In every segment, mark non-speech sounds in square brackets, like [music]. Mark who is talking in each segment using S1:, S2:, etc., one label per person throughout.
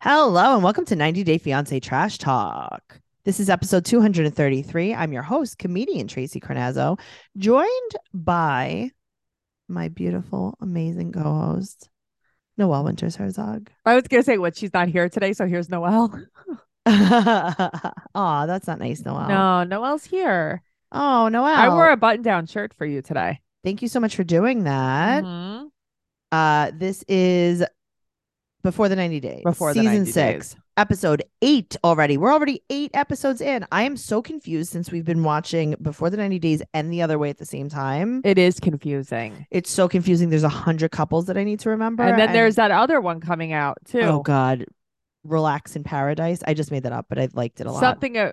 S1: Hello, and welcome to 90 Day Fiance Trash Talk. This is episode 233. I'm your host, comedian Tracy Carnazzo, joined by my beautiful, amazing co host, Noelle Winters Herzog.
S2: I was gonna say what she's not here today, so here's Noelle.
S1: [laughs] Aw, that's not nice, Noelle.
S2: No, Noelle's here.
S1: Oh, Noelle.
S2: I wore a button-down shirt for you today.
S1: Thank you so much for doing that.
S2: Mhm.
S1: Uh, this is before the 90 days,
S2: Before the
S1: season
S2: 90
S1: six.
S2: days.
S1: episode eight already. We're already eight episodes in. I am so confused since we've been watching Before the 90 Days and The Other Way at the same time.
S2: it is confusing.
S1: It's so confusing. There's a hundred couples that I need to remember.
S2: and then there's that other one coming out too.
S1: oh god, Relax in Paradise. I just made that up, but I liked it a lot.
S2: Something uh,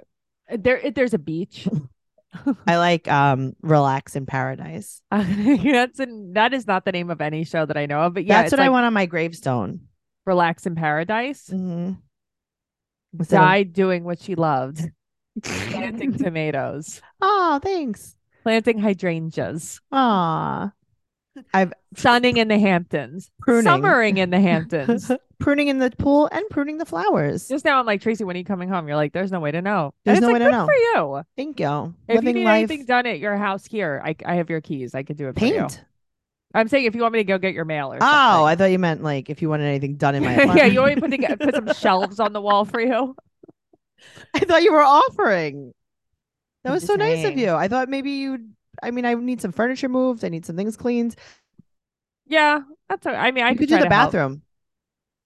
S2: there. It, there's
S1: [laughs]
S2: a beach. [laughs]
S1: I like um Relax in Paradise.
S2: That's an, that is not the name of any show that I know of. But yeah,
S1: That's
S2: it's
S1: what I
S2: like
S1: want on my gravestone.
S2: Relax in paradise.
S1: Mhm. Instead of-
S2: Died doing what she loved,
S1: [laughs]
S2: [laughs] planting tomatoes,
S1: oh, thanks.
S2: planting
S1: [laughs]
S2: hydrangeas,
S1: Aw.
S2: sunning in the Hamptons,
S1: Pruning. [laughs]
S2: summering in the Hamptons.
S1: pruning in the pool and pruning the flowers.
S2: Just now, I'm like Tracy. When are you coming home? You're like, there's no way to know.
S1: There's
S2: and
S1: no
S2: it's like,
S1: way to
S2: good
S1: know.
S2: for you.
S1: Thank you.
S2: If
S1: Living
S2: you need
S1: life.
S2: anything done at your house here, I I have your keys. I could do it for you.
S1: Paint.
S2: I'm saying if you want me to go get your mail or
S1: Oh,
S2: something.
S1: I thought you meant like if you wanted anything done
S2: [laughs]
S1: in my
S2: yeah, you
S1: apartment.
S2: already put together, put some shelves on the wall for you.
S1: [laughs] I thought you were offering. That
S2: I'm
S1: was
S2: just
S1: so nice of
S2: saying.
S1: you. I thought maybe you'd. I mean, I need some furniture moved. I need some things cleaned.
S2: Yeah, that's. All, I mean, I
S1: you could do
S2: try
S1: the
S2: to help.
S1: bathroom.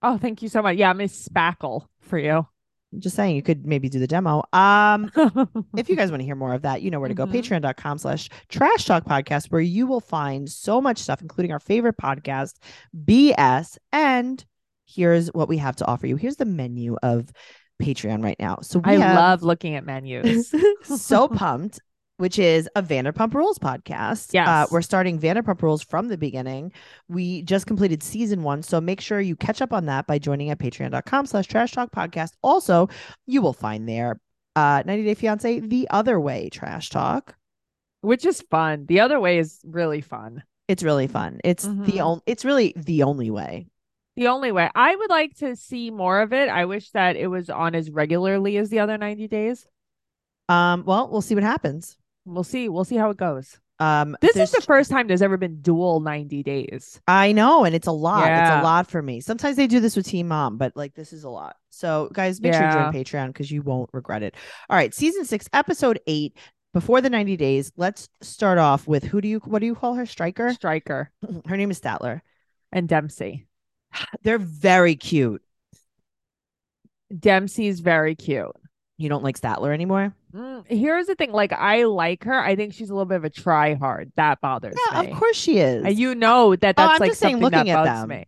S2: Oh, thank you so much. Yeah, Miss Spackle for you. [laughs]
S1: I'm Just saying, you could maybe do the demo. Um, if you
S2: guys,
S1: guys want to hear more of that, you know where to go.
S2: Mhm.
S1: Patreon.com slash trash talk podcast, where you will find so much stuff, including our favorite podcast, BS. And here's what we have to offer you. Here's the menu of Patreon right now. So we
S2: I
S1: have
S2: love looking at menus.
S1: [laughs]
S2: [laughs]
S1: so pumped which is a vanderpump rules podcast uh,
S2: Yes.
S1: we're starting vanderpump rules from the beginning we just completed season one so make sure you catch up on that by joining at patreon.com slash trash talk podcast also you will find there uh 90 day fiance the other way trash talk
S2: Which is fun. The other way is really fun.
S1: it's really fun it's the
S2: Mhm.
S1: only it's really the only way
S2: The only way I would like to see more of it. I wish that it was on as regularly as the other 90 days.
S1: um well we'll see what happens
S2: We'll see. We'll see how it goes.
S1: um
S2: This
S1: there's-
S2: is the first time there's ever been dual 90 days.
S1: I know, and it's a lot. It's
S2: Yeah.
S1: a lot for me. Sometimes they do this with Team Mom, but like this is a lot. So guys, make sure you join Patreon because you won't regret it. All right, season six, episode eight. Before the 90 days, let's start off with who do you what do you call her? Striker?
S2: Striker
S1: Her name is Statler.
S2: and Dempsey.
S1: They're very cute.
S2: Dempsey's very cute.
S1: You don't like Statler anymore?
S2: Mm, here's the thing like, I like her. I think she's a little bit of a try hard. That bothers
S1: Yeah,
S2: me.
S1: of course she is.
S2: And you know that
S1: Oh,
S2: that's
S1: I'm
S2: like
S1: just saying
S2: something
S1: looking
S2: that
S1: at
S2: bugs
S1: them.
S2: me.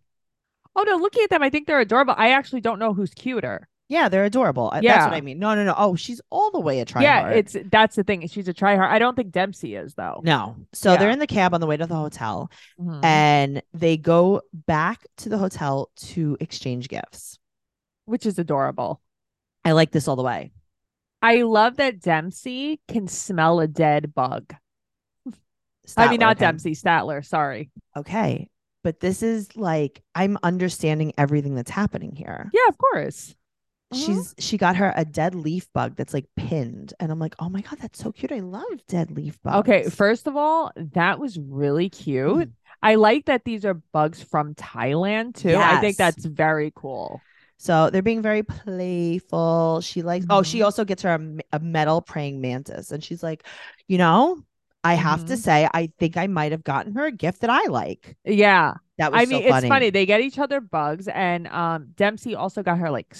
S2: Oh, no, looking at them, I think they're adorable. I actually don't know who's cuter.
S1: yeah, they're adorable. I- That's what
S2: Yeah.
S1: I mean. No, no, no. Oh, she's all the way a tryhard.
S2: yeah, it's that's the thing. She's a try hard. I don't think Dempsey is, though.
S1: no. Eh. So they're
S2: Yeah.
S1: in the cab on the way to the hotel
S2: Mhm.
S1: and they go back to the hotel to exchange gifts.
S2: Which is adorable.
S1: I like this all the way.
S2: I love that Dempsey can smell a dead bug. I mean,
S1: Statler
S2: not
S1: can.
S2: Dempsey, Statler. Sorry.
S1: Okay. But this is like I'm understanding everything that's happening here.
S2: Yeah, of course.
S1: She's she got her a dead leaf bug that's like pinned. And I'm like, oh my God, that's so cute. I love dead leaf bugs.
S2: Mm-hmm.
S1: Mm.
S2: Okay, first of all, that was really cute. I like that these are bugs from Thailand too. I
S1: Yes.
S2: think that's very cool.
S1: So they're being very playful. She likes oh, she
S2: Mhm.
S1: also gets her a, m- a metal praying mantis. And she's like, you know, I have to
S2: Mhm.
S1: say, I think I might have gotten her a gift that I like.
S2: Yeah.
S1: That was
S2: I
S1: so
S2: mean, it's funny. They get each other bugs and um Dempsey also got her like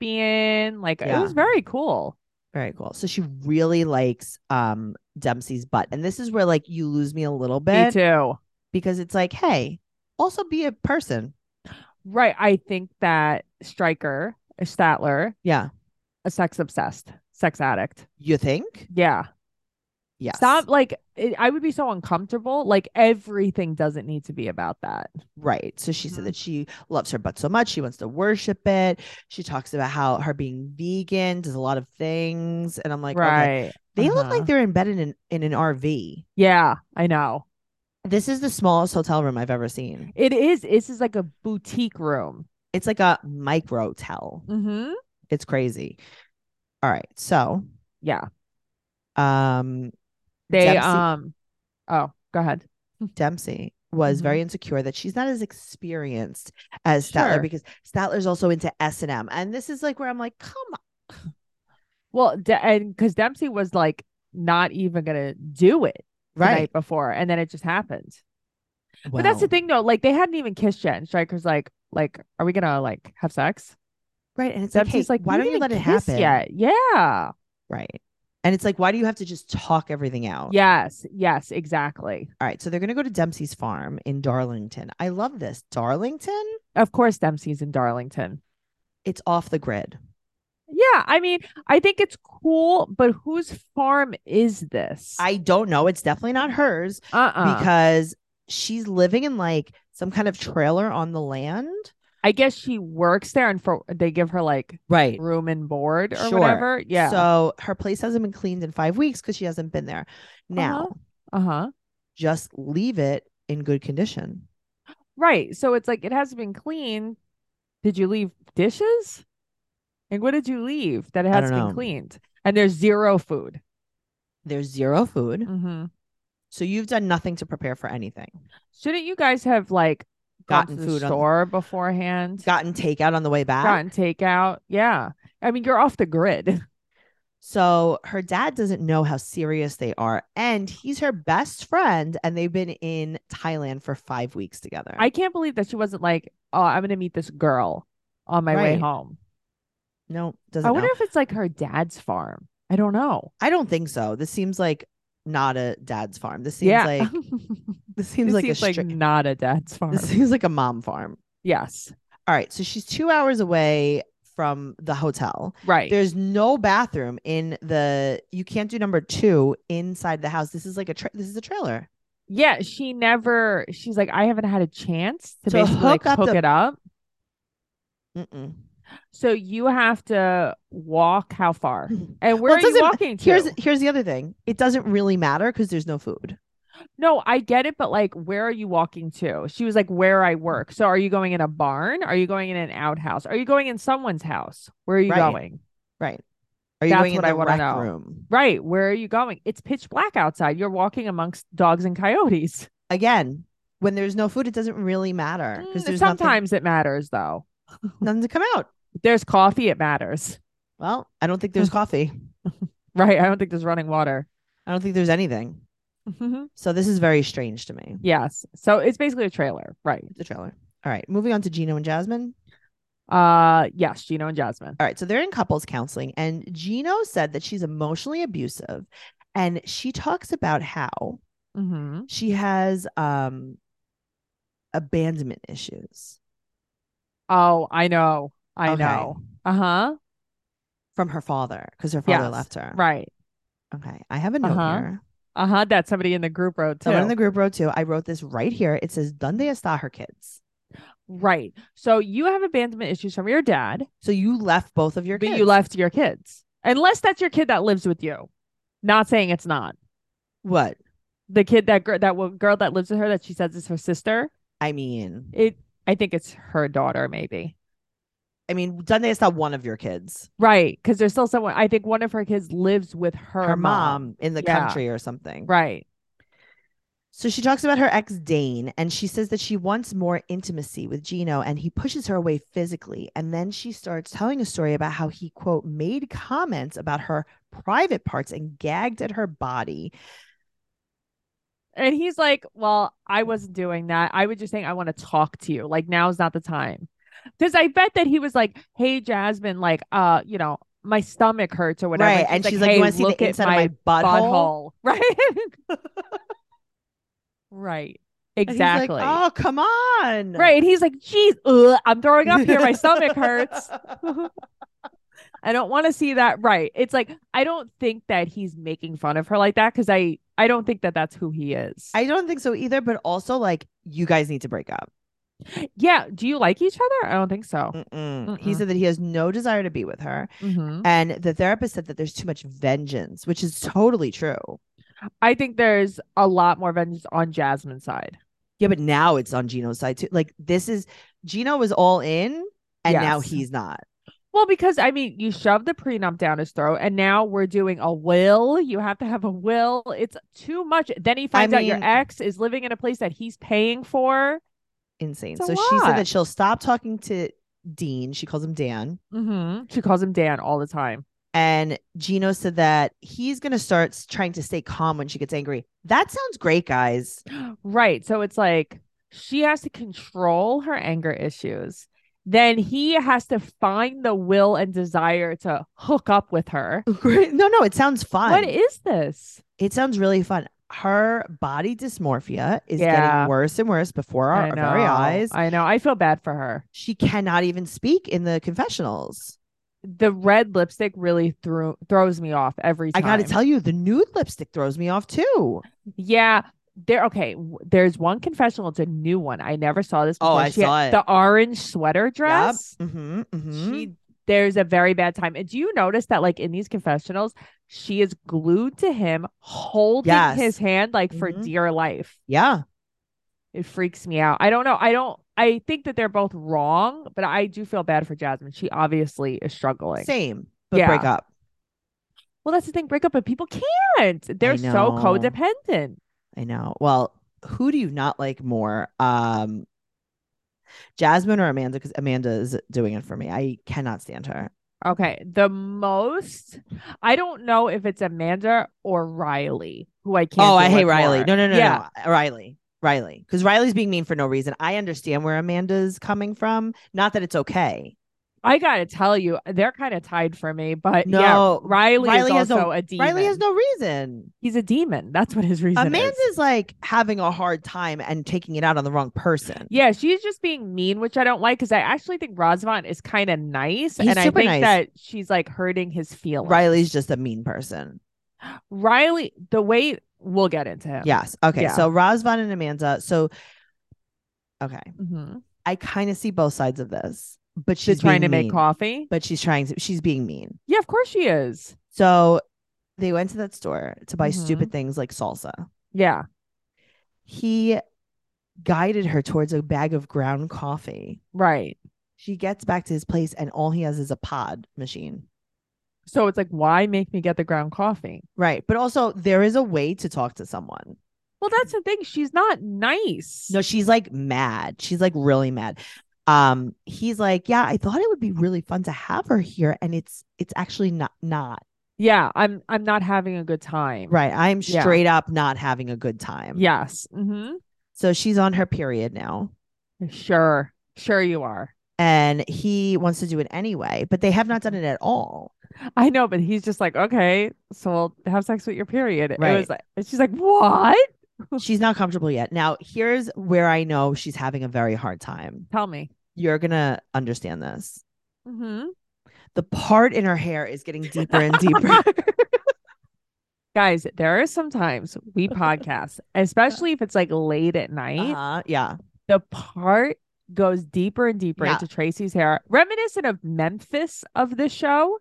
S2: scorpion. Like it was
S1: Yeah.
S2: very cool.
S1: Very cool. So she really likes um Dempsey's butt. And this is where like you lose me a little
S2: Me
S1: bit
S2: too.
S1: because it's like, hey, also be a person.
S2: Right. I think that Striker, Statler,
S1: Yeah.
S2: a sex obsessed, sex addict.
S1: You think?
S2: Yeah.
S1: Yes.
S2: Stop like it, I would be so uncomfortable. Like everything doesn't need to be about that.
S1: Right. So she said
S2: Mhm.
S1: that she loves her butt so much. She wants to worship it. She talks about how her being vegan does a lot of things. And I'm like,
S2: right.
S1: okay. They look
S2: Uh-huh.
S1: like they're embedded in, in an RV.
S2: Yeah, I know.
S1: This is the smallest hotel room I've ever seen.
S2: It is. This is like a boutique room.
S1: It's like a micro tell.
S2: Mm-hmm.
S1: It's crazy. All right. So,
S2: Yeah.
S1: um,
S2: They
S1: Dempsey-
S2: um oh, go ahead.
S1: Dempsey was
S2: Mhm.
S1: very insecure that she's not as experienced as Statler
S2: Sure.
S1: because Statler's also into S and M, and this is like where I'm like, come
S2: Well, De- and because Dempsey was like not even gonna do it
S1: on,
S2: the night before, and then it just happened. But that's the
S1: Wow.
S2: thing though, like they hadn't even kissed yet, and Stryker's like, like, are we gonna like have sex?
S1: right? And it's like, hey,
S2: Dempsey's like,
S1: why
S2: "We
S1: don't you let
S2: didn't
S1: it
S2: kiss
S1: happen?
S2: Yet, yeah,
S1: Right. And it's like, why do you have to just talk everything out?
S2: yes, yes, exactly.
S1: All right. So they're gonna go to Dempsey's farm in Darlington. I love this. Darlington.
S2: Of course, Dempsey's in Darlington.
S1: It's off the grid.
S2: Yeah, I mean, I think it's cool, but whose farm is this?
S1: I don't know. It's definitely not hers.
S2: uh-uh.
S1: because she's living in like some kind of trailer on the land.
S2: I guess she works there, and for they give her like
S1: Right.
S2: room and board or
S1: Sure.
S2: whatever. Yeah. Uh-huh.
S1: So her place hasn't been cleaned in five weeks because she hasn't been there. Now,
S2: uh huh.
S1: just leave it in good condition.
S2: Right. So it's like it hasn't been cleaned. Did you leave dishes? And what did you leave that it
S1: I
S2: hasn't
S1: don't
S2: been
S1: know.
S2: cleaned? And there's zero food.
S1: There's zero food.
S2: Mm-hmm.
S1: So you've done nothing to prepare for anything.
S2: Shouldn't you guys have like gone
S1: Gotten
S2: to the
S1: food on-
S2: store beforehand?
S1: Gotten takeout on the way back.
S2: gotten takeout? Yeah. I mean, you're off the grid.
S1: So her dad doesn't know how serious they are. And he's her best friend. And they've been in Thailand for five weeks together.
S2: I can't believe that she wasn't like, oh, I'm gonna meet this girl on my way
S1: Right.
S2: home.
S1: no, doesn't
S2: I
S1: know.
S2: wonder if it's like her dad's farm. I don't know.
S1: I don't think so. This seems like not a dad's farm. This seems
S2: yeah.
S1: like
S2: [laughs]
S1: this seems
S2: This
S1: like
S2: seems
S1: a
S2: like
S1: stri-
S2: not a dad's farm.
S1: this seems like a mom farm.
S2: yes.
S1: All right, so she's two hours away from the hotel.
S2: Right.
S1: There's no bathroom in the. You can't do number two inside the house. This is like a. Tra- this is a trailer.
S2: yeah. She never, she's like, I haven't had a chance to,
S1: To
S2: basically like,
S1: hook up
S2: hook
S1: the-
S2: it up.
S1: Mm-mm.
S2: So you have to walk
S1: [laughs]
S2: how far? And
S1: Well, it
S2: where are you
S1: doesn't-
S2: walking to?
S1: Here's here's the other thing. It doesn't really matter because there's no food.
S2: no, I get it, but like, where are you walking to? She was like, where I work. So are you going in a barn? Are you going in an outhouse? Are you going in someone's house? Where are you
S1: Right.
S2: going?
S1: Right. Are you
S2: That's
S1: going in
S2: what
S1: the
S2: I wanna
S1: rec
S2: know.
S1: room
S2: Right. Where are you going? It's pitch black outside. You're walking amongst dogs and coyotes.
S1: again? When there's no food, it doesn't really matter because
S2: Mm,
S1: there's nothing,
S2: Sometimes it matters though.
S1: nothing to come out.
S2: If there's coffee, it matters. [laughs]
S1: Well, I don't think there's
S2: Hmm.
S1: coffee.
S2: Right. I don't think there's running water.
S1: I don't think there's anything. So this is very strange to me.
S2: yes. So it's basically a trailer. Right.
S1: The trailer. All right, moving on to Gino and Jasmine.
S2: Uh yes, Gino and Jasmine.
S1: All right, so they're in couples counseling, and Gino said that she's emotionally abusive, and she talks about how
S2: Mm-hmm.
S1: she has um abandonment issues.
S2: Oh, I know. I
S1: Okay.
S2: know. Uh-huh.
S1: From her father, because her father
S2: Yes,
S1: left her.
S2: Right.
S1: Okay. I have a note
S2: Uh-huh.
S1: here.
S2: Uh-huh. That somebody in the group wrote too.
S1: Someone in the group wrote too. I wrote this right here. It says, Donde está her kids?
S2: right. So you have abandonment issues from your dad,
S1: So you left both of your
S2: but
S1: kids.
S2: you left your kids. Unless that's your kid that lives with you. Not saying it's not.
S1: what?
S2: The kid that girl that wo- girl that lives with her that she says is her sister.
S1: I mean,
S2: It I think it's her daughter, maybe.
S1: I mean, Donde está one of your kids?
S2: Right. Because there's still someone I think one of her kids lives with her,
S1: her mom, in the
S2: Yeah.
S1: country or something.
S2: Right.
S1: So she talks about her ex Dane and she says that she wants more intimacy with Gino and he pushes her away physically. And then she starts telling a story about how he, quote, made comments about her private parts and gagged at her body.
S2: And he's like, Well, I wasn't doing that. I was just saying I want to talk to you. Like now's not the time. Because I bet that he was like, Hey Jasmine, like uh, you know, my stomach hurts or whatever.
S1: Right. And she's like,
S2: "Hey,
S1: You want to see
S2: look
S1: the
S2: at
S1: inside of my butthole?
S2: butthole. [laughs] Right. right.
S1: And he's like,
S2: Exactly.
S1: oh, come on.
S2: Right. And he's like, geez, ugh, I'm throwing up
S1: [laughs]
S2: here. My stomach hurts. I don't want to see that. Right. It's like, I don't think that he's making fun of her like that because I, I don't think that that's who he is.
S1: I don't think so either, but also like, you guys need to break up.
S2: yeah. Do you like each other? I don't think so.
S1: Mm-mm. He
S2: Mm-mm.
S1: said that he has no desire to be with her.
S2: Mhm.
S1: And the therapist said that there's too much vengeance, which is totally true.
S2: I think there's a lot more vengeance on Jasmine's side.
S1: Yeah, but now it's on Gino's side too. Like this is Gino was all in and now
S2: Yes.
S1: he's not.
S2: Well, because I mean, you shoved the prenup down his throat, and now we're doing a will. You have to have a will. It's too much. Then he finds out your
S1: mean-
S2: ex is living in a place that he's paying for.
S1: Insane.
S2: It's
S1: So
S2: a
S1: she said
S2: lot.
S1: that she'll stop talking to Dean. She calls him Dan.
S2: hmm She calls him Dan all the time.
S1: And Gino said that he's going to start s- trying to stay calm when she gets angry. That sounds great,
S2: [laughs]
S1: guys.
S2: Right. So it's like she has to control her anger issues. Then he has to find the will and desire to hook up with her.
S1: Great. No, no, it sounds fun.
S2: What is this?
S1: it sounds really fun. Her body dysmorphia is
S2: Yeah.
S1: getting worse and worse before
S2: I
S1: our
S2: know.
S1: very eyes.
S2: I know. I feel bad for her.
S1: She cannot even speak in the confessionals.
S2: The red lipstick really threw throws me off every
S1: I
S2: time.
S1: got to tell you, the nude lipstick throws me off too.
S2: Yeah, there. Okay, w- there's one confessional. It's a new one. I never saw this.
S1: Oh,
S2: Before.
S1: I
S2: she had
S1: saw it.
S2: The orange sweater dress.
S1: hmm
S2: She. There's a very bad time. And do you notice that, like in these confessionals, she is glued to him, holding
S1: Yes.
S2: his hand like for
S1: Mhm.
S2: dear life.
S1: yeah.
S2: It freaks me out. I don't know. I don't. I think that they're both wrong, but I do feel bad for Jasmine. She obviously is struggling.
S1: Same. But
S2: Yeah.
S1: break up.
S2: Well, that's the thing. Break up, but people can't. They're so
S1: know.
S2: codependent.
S1: I know. Well, who do you not like more? Um Jasmine or Amanda? Because Amanda is doing it for me. I cannot stand her.
S2: Okay, the most I don't know if it's Amanda or Riley who I can't.
S1: oh,
S2: deal
S1: I hate
S2: with
S1: Riley.
S2: more.
S1: No, no, no,
S2: yeah.
S1: no. Riley. Riley. Because Riley's being mean for no reason. I understand where Amanda's coming from. Not that it's okay.
S2: I gotta tell you, they're kind of tied for me. But yeah,
S1: No,
S2: Riley,
S1: Riley
S2: is
S1: has
S2: also
S1: no-
S2: a demon.
S1: Riley has no reason.
S2: He's a demon. That's what his reason.
S1: Amanda's
S2: is.
S1: like having a hard time and taking it out on the wrong person.
S2: Yeah, she's just being mean, which I don't like because I actually think Razvan is kind of nice,
S1: He's
S2: and I
S1: super
S2: think
S1: nice.
S2: that she's like hurting his feelings.
S1: Riley's just a mean person.
S2: Riley, the way we'll get into him.
S1: Yes. Okay.
S2: Yeah.
S1: So Razvan and Amanda. So, okay.
S2: hmm
S1: I kind of see both sides of this, but she's,
S2: she's trying to
S1: being
S2: make
S1: mean.
S2: coffee.
S1: But she's trying to, she's being mean.
S2: Yeah, of course she is.
S1: So they went to that store to buy
S2: Mhm.
S1: stupid things like salsa.
S2: Yeah.
S1: He guided her towards a bag of ground coffee.
S2: Right.
S1: She gets back to his place and all he has is a pod machine.
S2: So it's like, why make me get the ground coffee?
S1: Right. But also, there is a way to talk to someone.
S2: Well, that's the thing. She's not nice.
S1: No, she's like mad. She's like really mad. Um, he's like, yeah, I thought it would be really fun to have her here, and it's it's actually not not
S2: Yeah, I'm. I'm not having a good time.
S1: right. I'm
S2: Yeah.
S1: straight up not having a good time.
S2: Yes. hmm
S1: So she's on her period now,
S2: Sure. Sure, you are.
S1: and he wants to do it anyway, but they have not done it at all.
S2: I know, but he's just like, okay, so we'll have sex with your period. It was
S1: Right.
S2: like, and she's like, what?
S1: she's not comfortable yet. Now, here's where I know she's having a very hard time.
S2: Tell me.
S1: You're gonna understand this. Mm-hmm.
S2: hmm
S1: The part in her hair is getting deeper and deeper.
S2: [laughs] Uh-huh. Guys, there are sometimes
S1: [laughs]
S2: we podcast, especially if it's like late at night.
S1: uh-huh. Yeah.
S2: the part goes deeper and deeper
S1: Yeah.
S2: into Tracy's hair, reminiscent of Memphis of the show.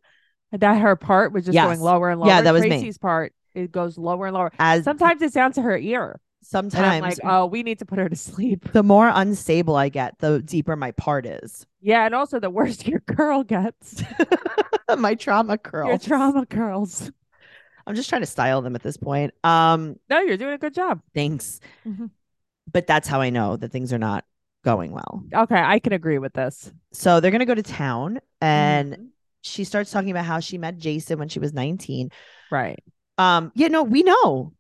S2: That her part was just going
S1: Yes.
S2: lower and lower.
S1: Yeah, that was me.
S2: Tracy's part. It goes lower and lower.
S1: As
S2: Sometimes it's down to her ear, and I'm
S1: sometimes
S2: like, oh, we need to put her to sleep. [laughs]
S1: the more unstable I get, the deeper my part is. [laughs]
S2: Yeah, and also the worse your curl gets, [laughs]
S1: my trauma curl.
S2: your trauma curls.
S1: I'm just trying to style them at this point. Um,
S2: No, you're doing a good job.
S1: thanks.
S2: Mhm.
S1: But that's how I know that things are not going well.
S2: Okay, I can agree with this.
S1: So they're gonna go to town and
S2: Mhm.
S1: she starts talking about how she met Jason when she was 19.
S2: right,
S1: Um, yeah, no, we know.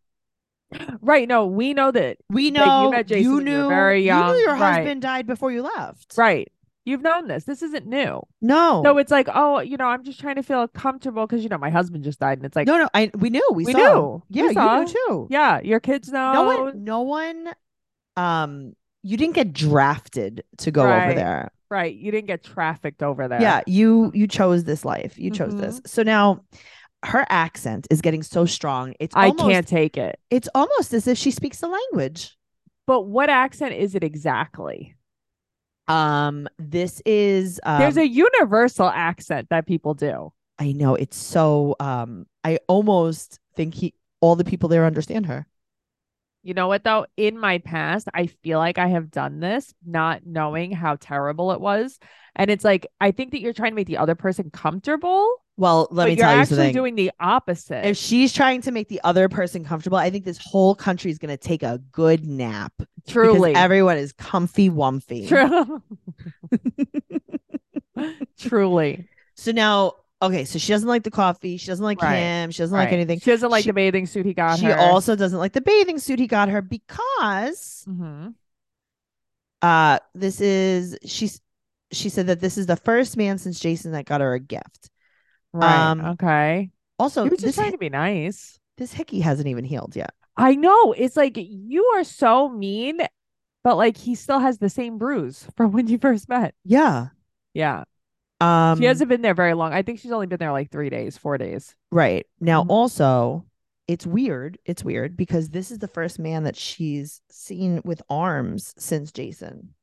S2: right. No, we know that.
S1: We
S2: That you
S1: know
S2: met Jason when you were
S1: knew
S2: very
S1: You
S2: young.
S1: knew your
S2: Right.
S1: husband died before you left.
S2: Right, you've known this. This isn't new.
S1: No.
S2: So it's like, oh, you know, I'm just trying to feel comfortable because you know my husband just died, and it's like,
S1: no, no, I we knew. We,
S2: We
S1: saw.
S2: knew. We
S1: Yeah,
S2: saw.
S1: you knew too.
S2: yeah, your kids know.
S1: no one no one um you didn't get drafted to go
S2: Right.
S1: over there
S2: right? You didn't get trafficked over there.
S1: yeah you you chose this life you chose
S2: Mhm.
S1: this so now her accent is getting so strong it's
S2: I
S1: almost,
S2: can't take it.
S1: it's almost as if she speaks the language
S2: But what accent is it exactly?
S1: um this is um,
S2: There's a universal accent that people do.
S1: i know it's so um i almost think he all the people there understand her
S2: You know what though? In my past, I feel like I have done this not knowing how terrible it was. And it's like I think that you're trying to make the other person comfortable,
S1: Well, let
S2: but
S1: me
S2: you're
S1: tell you
S2: actually
S1: something.
S2: doing the opposite.
S1: if she's trying to make the other person comfortable, I think this whole country is going to take a good nap. because
S2: Truly.
S1: everyone is comfy wumpy. [laughs]
S2: True. Truly.
S1: So now, okay, so she doesn't like the coffee. She doesn't like
S2: Right.
S1: him. She doesn't
S2: Right.
S1: like anything.
S2: She doesn't like
S1: She-
S2: the bathing suit he got
S1: she
S2: her.
S1: also doesn't like the bathing suit he got her because
S2: Mhm.
S1: uh this is she's she said that this is the first man since Jason that got her a gift.
S2: Right.
S1: Um,
S2: okay.
S1: Also,
S2: He was just
S1: this
S2: trying to be nice.
S1: this hickey hasn't even healed yet.
S2: I know. It's like you are so mean, but like he still has the same bruise [laughs] from when you first met.
S1: Yeah.
S2: Yeah.
S1: Um
S2: she hasn't been there very long. I think she's only been there like three days, four days.
S1: Right. Now,
S2: Mhm.
S1: also, it's weird. It's weird because this is the first man that she's seen with arms since Jason.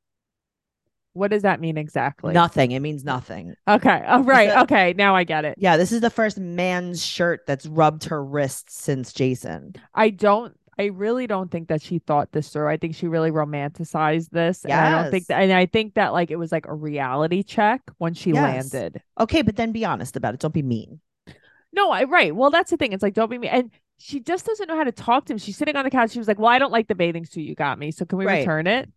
S2: What does that mean exactly?
S1: nothing. It means nothing.
S2: Okay. Oh, right.
S1: that-
S2: okay. Now I get it.
S1: Yeah. This is the first man's shirt that's rubbed her wrist since Jason.
S2: I don't. I really don't think that she thought this through. I think she really romanticized this. And I don't think
S1: Yes.
S2: that. And I think that like it was like a reality check when she
S1: Yes.
S2: landed.
S1: Okay. But then be honest about it. Don't be mean.
S2: No, I right. Well, that's the thing. It's like don't be me. And she just doesn't know how to talk to him. She's sitting on the couch. She was like, "Well, I don't like the bathing suit you got me. So can we
S1: Right.
S2: return it?"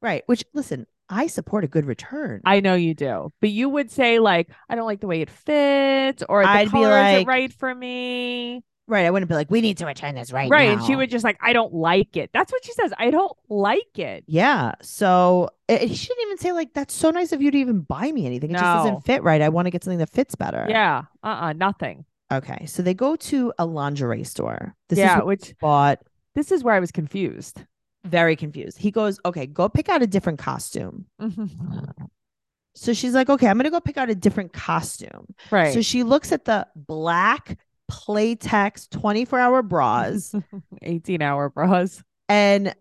S1: Right. Which, listen, I support a good return.
S2: I know you do, but you would say like, "I don't like the way it fits," or "The
S1: I'd be
S2: color
S1: like,
S2: isn't right for me."
S1: right. I wouldn't be like, we need to return this right,
S2: Right, and she
S1: now."
S2: would just like, "I don't like it." That's what she says. I don't like it.
S1: Yeah. So it, he shouldn't even say, like, that's so nice of you to even buy me anything. It just
S2: No.
S1: doesn't fit right. I want to get something that fits better.
S2: Yeah. Uh. uh Nothing.
S1: Okay, so they go to a lingerie store. This
S2: yeah.
S1: is what
S2: which
S1: he bought.
S2: this is where I
S1: [laughs]
S2: was confused.
S1: Very confused. He goes, "Okay, go pick out a different costume." So she's like, "Okay, I'm gonna go pick out a different costume."
S2: right.
S1: So she looks at the black Playtex 24-hour
S2: [laughs]
S1: bras
S2: Eighteen-hour bras.
S1: and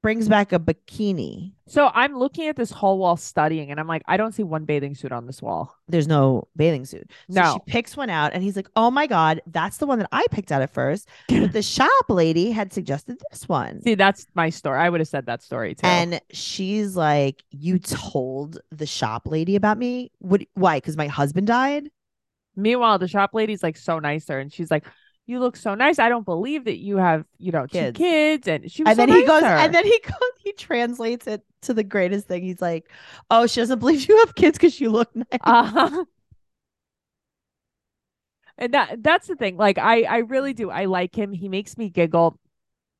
S1: brings back a bikini.
S2: So I'm looking at this whole wall studying, and I'm like, I don't see one bathing suit on this wall.
S1: There's no bathing suit. So
S2: No.
S1: she picks one out and he's like, "Oh my god, that's the one that I picked out at first, but the shop lady had suggested this one."
S2: See, that's my story. I would have said that story too.
S1: And she's like, "You told the shop lady about me? What? Why? Because my husband died?
S2: Meanwhile, the shop lady's like so nicer, and she's like, "You look so nice. I don't believe that you have, you know,
S1: Kids.
S2: two kids." And she was
S1: And
S2: so
S1: then he goes,
S2: nicer.
S1: and then he [laughs] goes, he translates it to the greatest thing. He's like, "Oh, she doesn't believe you have kids because you look nice."
S2: [laughs] Uh-huh. And that that's the thing. Like I I really do. I like him. He makes me giggle.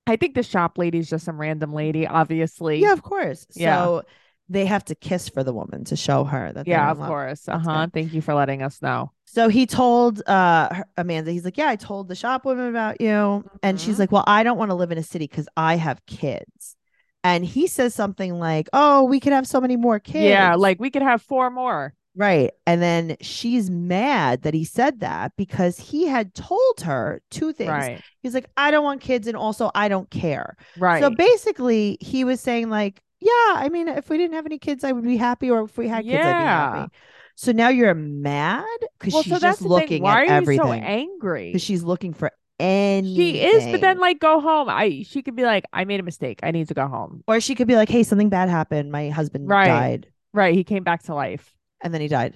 S2: I think the shop lady's just some random lady, obviously.
S1: yeah, of course.
S2: Yeah.
S1: So they have to kiss for the woman to show her that. they're
S2: Yeah,
S1: in
S2: of
S1: love.
S2: course. Uh
S1: That's
S2: huh. Thank you for letting us know.
S1: So he told uh, her- Amanda, he's like, "Yeah, I told the shop woman about you," and she's
S2: Mhm.
S1: like, "Well, I don't want to live in a city because I have kids." And he says something like, "Oh, we could have so many more kids."
S2: Yeah, like we could have four more.
S1: Right. And then she's mad that he said that because he had told her two things.
S2: Right.
S1: He's like, I don't want kids. And also, I don't care.
S2: Right.
S1: So basically, he was saying, like, yeah, I mean, if we didn't have any kids, I would be happy. Or if we had kids, I'd be
S2: Yeah.
S1: happy. So now you're mad because
S2: well,
S1: she's
S2: so
S1: just
S2: that's the thing.
S1: looking
S2: Why
S1: at
S2: are you so
S1: everything.
S2: angry?
S1: Because she's looking for anything.
S2: She is, but then like go home. I she could be like, I made a mistake. I need to go home.
S1: or she could be like, hey, something bad happened. My husband
S2: Right.
S1: died.
S2: Right. He came back to life.
S1: And then he died.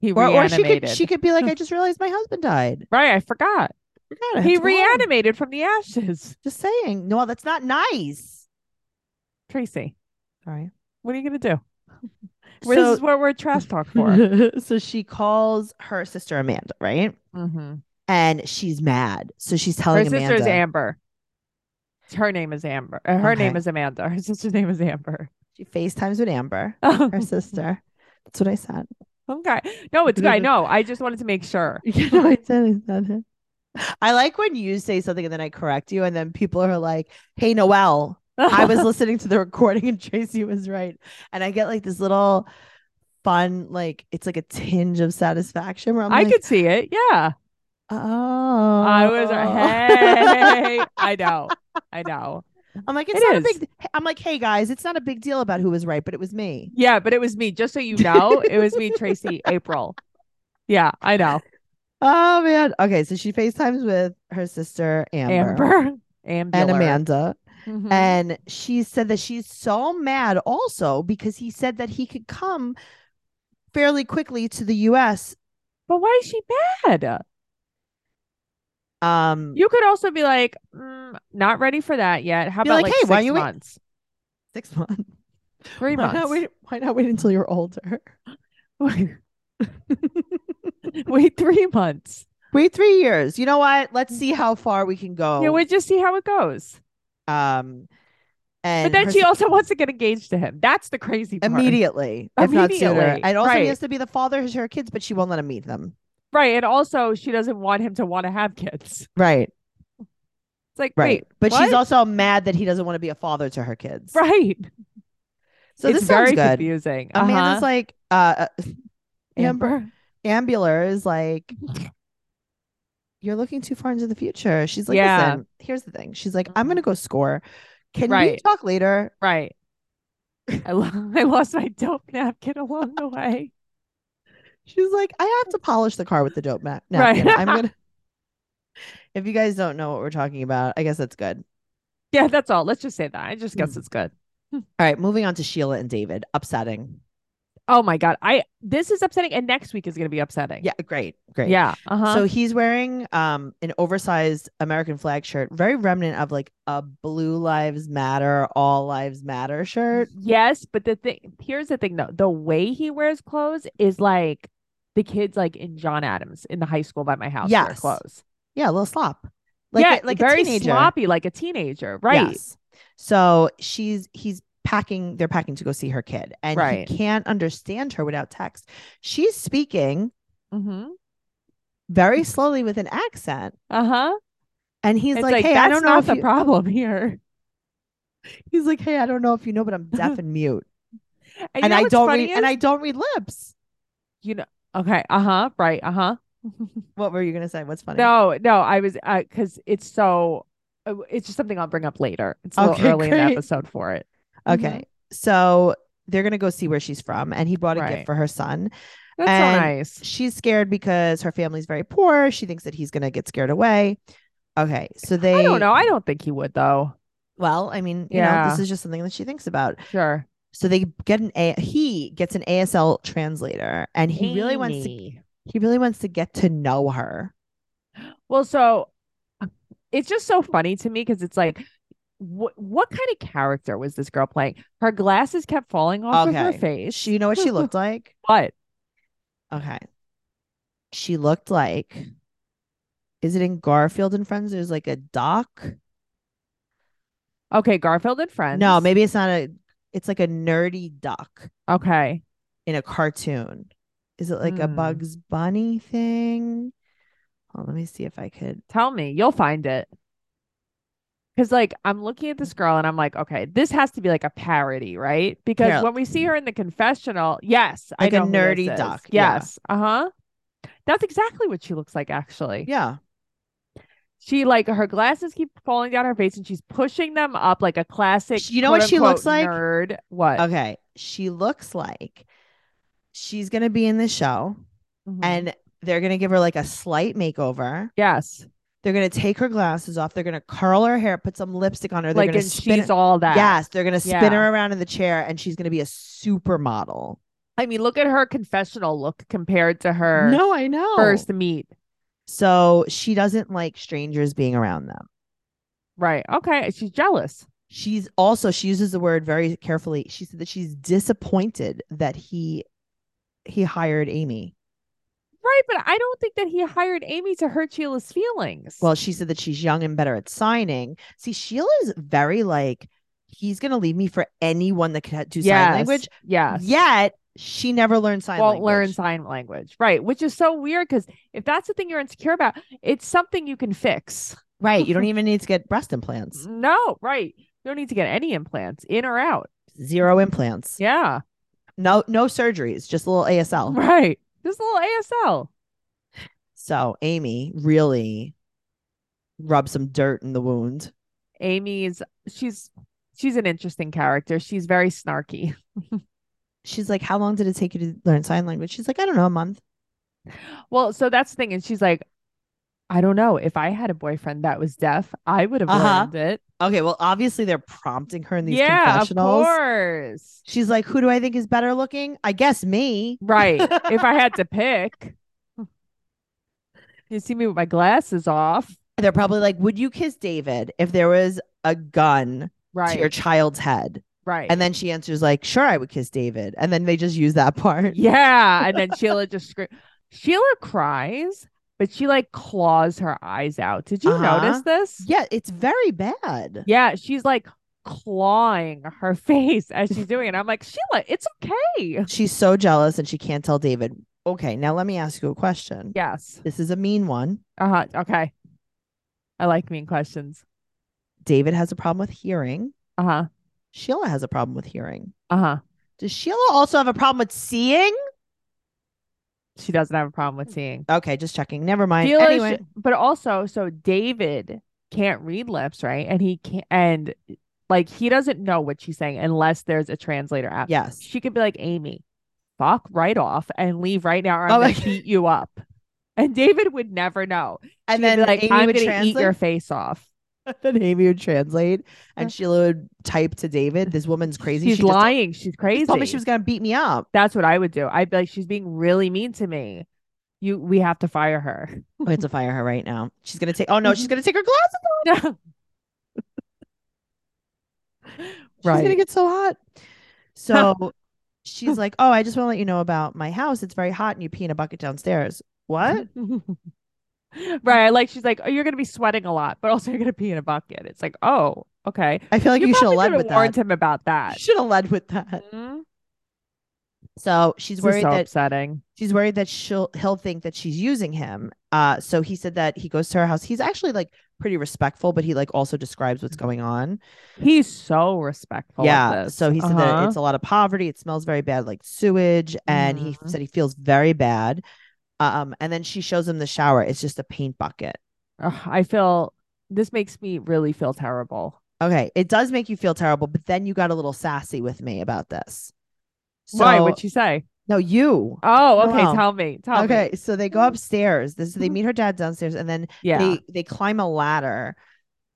S2: He
S1: Or, or she
S2: reanimated.
S1: could she could be like, I just realized my husband died.
S2: right. I [laughs] forgot.
S1: Forgot I had to
S2: He
S1: go home."
S2: reanimated from the ashes. [laughs]
S1: Just saying. No, that's not nice.
S2: Tracy,
S1: Sorry.
S2: what are you gonna do? Well, this
S1: So,
S2: is what we're trash
S1: [laughs]
S2: talk for.
S1: so she calls her sister Amanda, right?
S2: mm-hmm.
S1: And she's mad. So she's
S2: Her
S1: telling
S2: sister's
S1: Amanda.
S2: Amber. Her name is Amber. uh, her name
S1: Okay.
S2: is Amanda. Her sister's name is Amber. [laughs]
S1: she FaceTimes with Amber, her sister. That's what I
S2: [laughs]
S1: said.
S2: okay. No, it's good. I know. I just wanted to make sure.
S1: You know, I said it, not her. I like when you say something and then I correct you, and then people are like, hey, Noel, [laughs] I was listening to the recording and Tracy was right. And I get like this little fun, like, it's like a tinge of satisfaction where I'm
S2: [laughs] I
S1: like,
S2: could see it. Yeah.
S1: Oh,
S2: I was uh, hey. I know. I know.
S1: I'm like, it's
S2: It
S1: not
S2: is.
S1: a big. I'm like, hey guys, it's not a big deal about who was right, but it was me.
S2: Yeah, but it was me. Just
S1: [laughs]
S2: so you know, it was me, Tracy April. Yeah, I know.
S1: Oh man. Okay, so she Facetimes with her sister Amber,
S2: [laughs]
S1: Mm-hmm.
S2: Amber. Amber.
S1: and Amanda,
S2: Mhm.
S1: And she said that she's so mad also because he said that he could come fairly quickly to the US.
S2: but why is she mad?
S1: Um,
S2: You could also be like, mm, not ready for that yet. How
S1: Be
S2: about
S1: like,
S2: like,
S1: "Hey,
S2: six
S1: why you wait-
S2: months?
S1: six months.
S2: Three
S1: Why not,
S2: months.
S1: wait, why not wait until you're older?
S2: [laughs] Wait, three months.
S1: [laughs] Wait three years. You know what? Let's see how far we can go.
S2: Yeah, we'll just see how it goes.
S1: um, and
S2: But then
S1: her
S2: she
S1: s-
S2: also wants to get engaged to him. That's the crazy part.
S1: immediately, if not sooner,
S2: Immediately,
S1: and also
S2: right.
S1: he has to be the father of her kids, but she won't let him meet them.
S2: Right. And also, she doesn't want him to want to have kids.
S1: Right,
S2: It's like,
S1: right.
S2: wait,
S1: but she's
S2: what?
S1: also mad that he doesn't want to be a father to her kids.
S2: Right.
S1: So
S2: it's
S1: this sounds
S2: very
S1: good.
S2: confusing.
S1: Amanda's
S2: Uh-huh.
S1: like, uh, uh, Amber.
S2: Amber.
S1: Ambular is like, you're looking too far into the future. She's like,
S2: Yeah.
S1: listen, here's the thing. She's like, I'm gonna go score. Can we
S2: Right.
S1: talk later?
S2: [laughs] Right. I, lo- [laughs] I lost my dope napkin along the way.
S1: She's like, I have to polish the car with the dope mat.
S2: Right.
S1: Napkin. I'm gonna. [laughs] If you guys don't know what we're talking about, I guess that's good.
S2: Yeah, that's all. Let's just say that. I just
S1: Mm.
S2: guess it's good.
S1: All right, moving on to Sheila and David. Upsetting.
S2: Oh my god. I this is upsetting and next week is going to be upsetting.
S1: Yeah, great, great.
S2: Yeah. Uh-huh.
S1: So he's wearing um an oversized American flag shirt, very remnant of like a Blue Lives Matter, All Lives Matter shirt.
S2: Yes, but the thing here's the thing though. The way he wears clothes is like the kids like in John Adams in the high school by my house wear
S1: Yes.
S2: clothes.
S1: Yeah, a little slop. Like a-
S2: Mm-hmm. yeah,
S1: like
S2: very
S1: a teenager.
S2: sloppy, like a teenager, right?
S1: Yes. So she's he's packing. They're packing to go see her kid, and
S2: Right.
S1: he can't understand her without text. She's speaking
S2: Mm-hmm.
S1: very slowly with an accent,
S2: Uh huh.
S1: and he's
S2: Mm-hmm. It's
S1: like,
S2: like,
S1: "Hey,
S2: that's
S1: I don't know
S2: not
S1: if
S2: the
S1: you-"
S2: problem [laughs] here,
S1: he's like, "Hey, I don't know if you know, but
S2: [laughs]
S1: I'm deaf and mute,
S2: and, you
S1: and
S2: know
S1: I
S2: what's
S1: don't
S2: funny
S1: read and
S2: is-
S1: I don't read lips."
S2: you know, okay, uh huh, right, uh huh.
S1: What were you gonna say? What's funny?
S2: No, no, I was because it's so uh, it's just something I'll bring up later. It's a
S1: Okay,
S2: little early in
S1: great.
S2: the episode for it. Mhm.
S1: Okay, so they're gonna go see where she's from, and he bought a gift
S2: Right.
S1: for her son.
S2: That's
S1: And
S2: so nice.
S1: She's scared because her family's very poor. She thinks that he's gonna get scared away. Okay, so they
S2: I don't know. I don't think he would though.
S1: Well, I mean, you know, this
S2: Yeah.
S1: is just something that she thinks about.
S2: Sure.
S1: So they get an a- he gets an ASL translator, and he really wants to
S2: Amy.
S1: he really wants to get to know her.
S2: Well, so uh, it's just so funny to me because it's like, what what kind of character was this girl playing? Her glasses kept falling off of her
S1: Okay.
S2: face.
S1: She, you know what
S2: [laughs]
S1: she looked like?
S2: what?
S1: Okay, she looked like. Is it in Garfield and Friends? There's like a doc.
S2: Okay, Garfield and Friends.
S1: No, maybe it's not a. It's like a nerdy duck
S2: Okay.
S1: in a cartoon. Is it like a
S2: Hmm.
S1: Bugs Bunny thing? Hold on, let me see if I could.
S2: Tell me, you'll find it. Cause like I'm looking at this girl and I'm like, okay, this has to be like a parody, right? Because
S1: Here.
S2: when we see her in the confessional, yes,
S1: Like a
S2: I know who this
S1: nerdy
S2: is.
S1: doc, yeah.
S2: Yes, uh huh. That's exactly what she looks like, actually.
S1: Yeah,
S2: She like her glasses keep falling down her face and she's pushing them up like a classic.
S1: You know what she looks
S2: quote-unquote
S1: like?
S2: Nerd. What?
S1: Okay. She looks like she's going to be in the show
S2: Mhm.
S1: and they're going to give her like a slight makeover.
S2: yes,
S1: They're going to take her glasses off. They're going to curl her hair, put some lipstick on her. They're
S2: like
S1: going
S2: and
S1: to spin
S2: she's all that.
S1: Yes, they're going to spin
S2: Yeah.
S1: her around in the chair and she's going to be a supermodel.
S2: I mean, look at her confessional look compared to her
S1: no, I know.
S2: first meet.
S1: So she doesn't like strangers being around them.
S2: Right? Okay, she's jealous.
S1: She's also she uses the word very carefully. She said that she's disappointed that he he hired Amy.
S2: Right, but I don't think that he hired Amy to hurt Sheila's feelings.
S1: Well, she said that she's young and better at signing. See, Sheila's very like, he's going to leave me for anyone that can do sign language.
S2: Yes.
S1: Yet she never learned sign
S2: Won't learn
S1: language.
S2: sign language. Right. Which is so weird because if that's the thing you're insecure about, it's something you can fix.
S1: Right. You
S2: [laughs]
S1: don't even need to get breast implants.
S2: No, right. You don't need to get any implants in or out.
S1: Zero implants.
S2: Mm-hmm. Yeah. [laughs]
S1: No, no surgeries, just a little ASL.
S2: Right. This little ASL.
S1: So Amy really rubbed some dirt in the wound.
S2: Amy's she's she's an interesting character. She's very snarky. [laughs]
S1: She's like, How long did it take you to learn sign language? She's like, I don't know, a month.
S2: Well, so that's the thing. And she's like, I don't know. If I had a boyfriend that was deaf, I would have
S1: Uh-huh.
S2: learned it.
S1: Okay, well, obviously they're prompting her in these
S2: yeah, of
S1: confessionals.
S2: course.
S1: She's like, "Who do I think is better looking? I guess me."
S2: Right. if I
S1: [laughs]
S2: had to pick, you see me with my glasses off.
S1: They're probably like, "Would you kiss David if there was a gun
S2: Right.
S1: to your child's head?"
S2: right.
S1: And then she answers like, "Sure, I would kiss David." And then they just use that [laughs] part. [laughs]
S2: yeah. And then Sheila just screams. Sheila cries, but she like claws her eyes out. Did you
S1: Uh-huh.
S2: notice this?
S1: Yeah, it's very bad.
S2: Yeah. She's like clawing her [laughs] face as she's doing it. I'm like, Sheila, it's okay.
S1: She's so jealous and she can't tell David. Okay, now let me ask you a question.
S2: Yes.
S1: This is a mean one.
S2: Uh huh. Okay. I like mean questions.
S1: David has a problem with hearing.
S2: Uh huh.
S1: Sheila has a problem with hearing.
S2: Uh huh.
S1: Does Sheila also have a problem with seeing?
S2: She doesn't have a problem
S1: Hmm.
S2: with seeing.
S1: Okay, just checking. Never mind.
S2: Sheila sh-
S1: anyway,
S2: but also, so David can't read lips, right? And he can't, and like he doesn't know what she's saying unless there's a translator app.
S1: yes.
S2: She could be like, Amy, fuck right off and leave right now, or I'm
S1: Oh,
S2: gonna
S1: like-
S2: beat you up. And David would never know.
S1: And
S2: He'd be
S1: then
S2: like,
S1: Amy
S2: I'm
S1: would
S2: gonna
S1: translate.
S2: eat your face off.
S1: [laughs] then Amy would translate, and
S2: Yeah.
S1: Sheila would type to David, "This woman's crazy.
S2: She's
S1: she just-
S2: lying. She's
S1: she
S2: crazy.
S1: told me she was gonna beat me
S2: [laughs]
S1: up.
S2: That's what I would do. I'd be like, she's being really mean to me. You, we have to fire her. [laughs]
S1: We have to fire her right now. She's gonna take. Oh no,
S2: Mm-hmm.
S1: she's gonna take her glasses. She's gonna
S2: Right.
S1: get so hot.
S2: [laughs]
S1: So she's like, "Oh, I just want to let you know about my house. It's very hot, and you pee in a bucket downstairs."
S2: [laughs]
S1: What?
S2: right. Like she's like, oh, you're gonna be sweating a lot, but also you're gonna pee in a bucket. It's like, oh, okay.
S1: I feel like you, should have
S2: probably
S1: led
S2: could've
S1: with
S2: warned
S1: that.
S2: him about that.
S1: Should have led with that.
S2: Mhm.
S1: So she's
S2: This is
S1: worried
S2: so
S1: that
S2: upsetting.
S1: she's worried that she'll he'll think that she's using him. Uh, so he said that he goes to her house. He's actually like pretty respectful, but he like also describes what's going on.
S2: He's so respectful. of
S1: yeah.
S2: this.
S1: So he said that
S2: Uh-huh.
S1: it's a lot of poverty. It smells very bad, like sewage, and he
S2: Mhm.
S1: said he feels very bad. Um, and then she shows him the shower. It's just a paint bucket.
S2: Uh-huh. Ugh, I feel this makes me really feel terrible.
S1: Okay, it does make you feel terrible, but then you got a little sassy with me about this. So
S2: Why? What'd she say?
S1: no, you.
S2: Oh, okay.
S1: Wow.
S2: Tell me. Tell me. Mm-hmm.
S1: Okay, so they go upstairs. This they meet her dad downstairs, and then
S2: Yeah.
S1: they they climb a ladder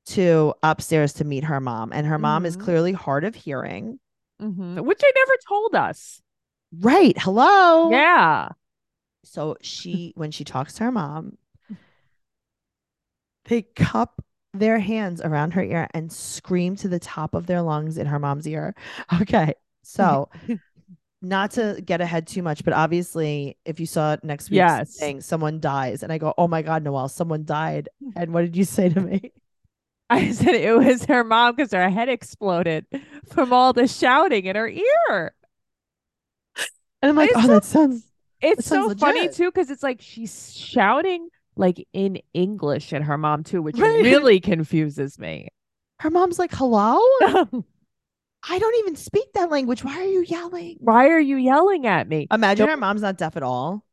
S1: to upstairs to meet her mom and her mom is
S2: Mhm.
S1: clearly hard of hearing
S2: Mhm. Which they never told us.
S1: right hello
S2: Yeah. [laughs]
S1: so she when she talks to her mom they cup their hands around her ear and scream to the top of their lungs in her mom's ear [laughs] okay
S2: [laughs]
S1: so not to get ahead too much but obviously if you saw it next week's
S2: Yes.
S1: thing someone dies and i go oh my god noel someone
S2: [laughs]
S1: died and what did you say to me
S2: I said it was her mom because her head exploded from all the shouting in her ear.
S1: and i'm like
S2: It's
S1: oh
S2: so-
S1: that sounds
S2: It's
S1: That
S2: so
S1: sounds
S2: funny
S1: legit.
S2: too because it's like she's shouting like in English at her mom too, which
S1: Right.
S2: really
S1: [laughs]
S2: confuses me. [laughs]
S1: Her mom's like, "Hello? [laughs]
S2: Why
S1: I don't even speak that language. Why are you yelling?"
S2: are you yelling at me?
S1: Imagine
S2: Don't-
S1: her mom's not deaf at all.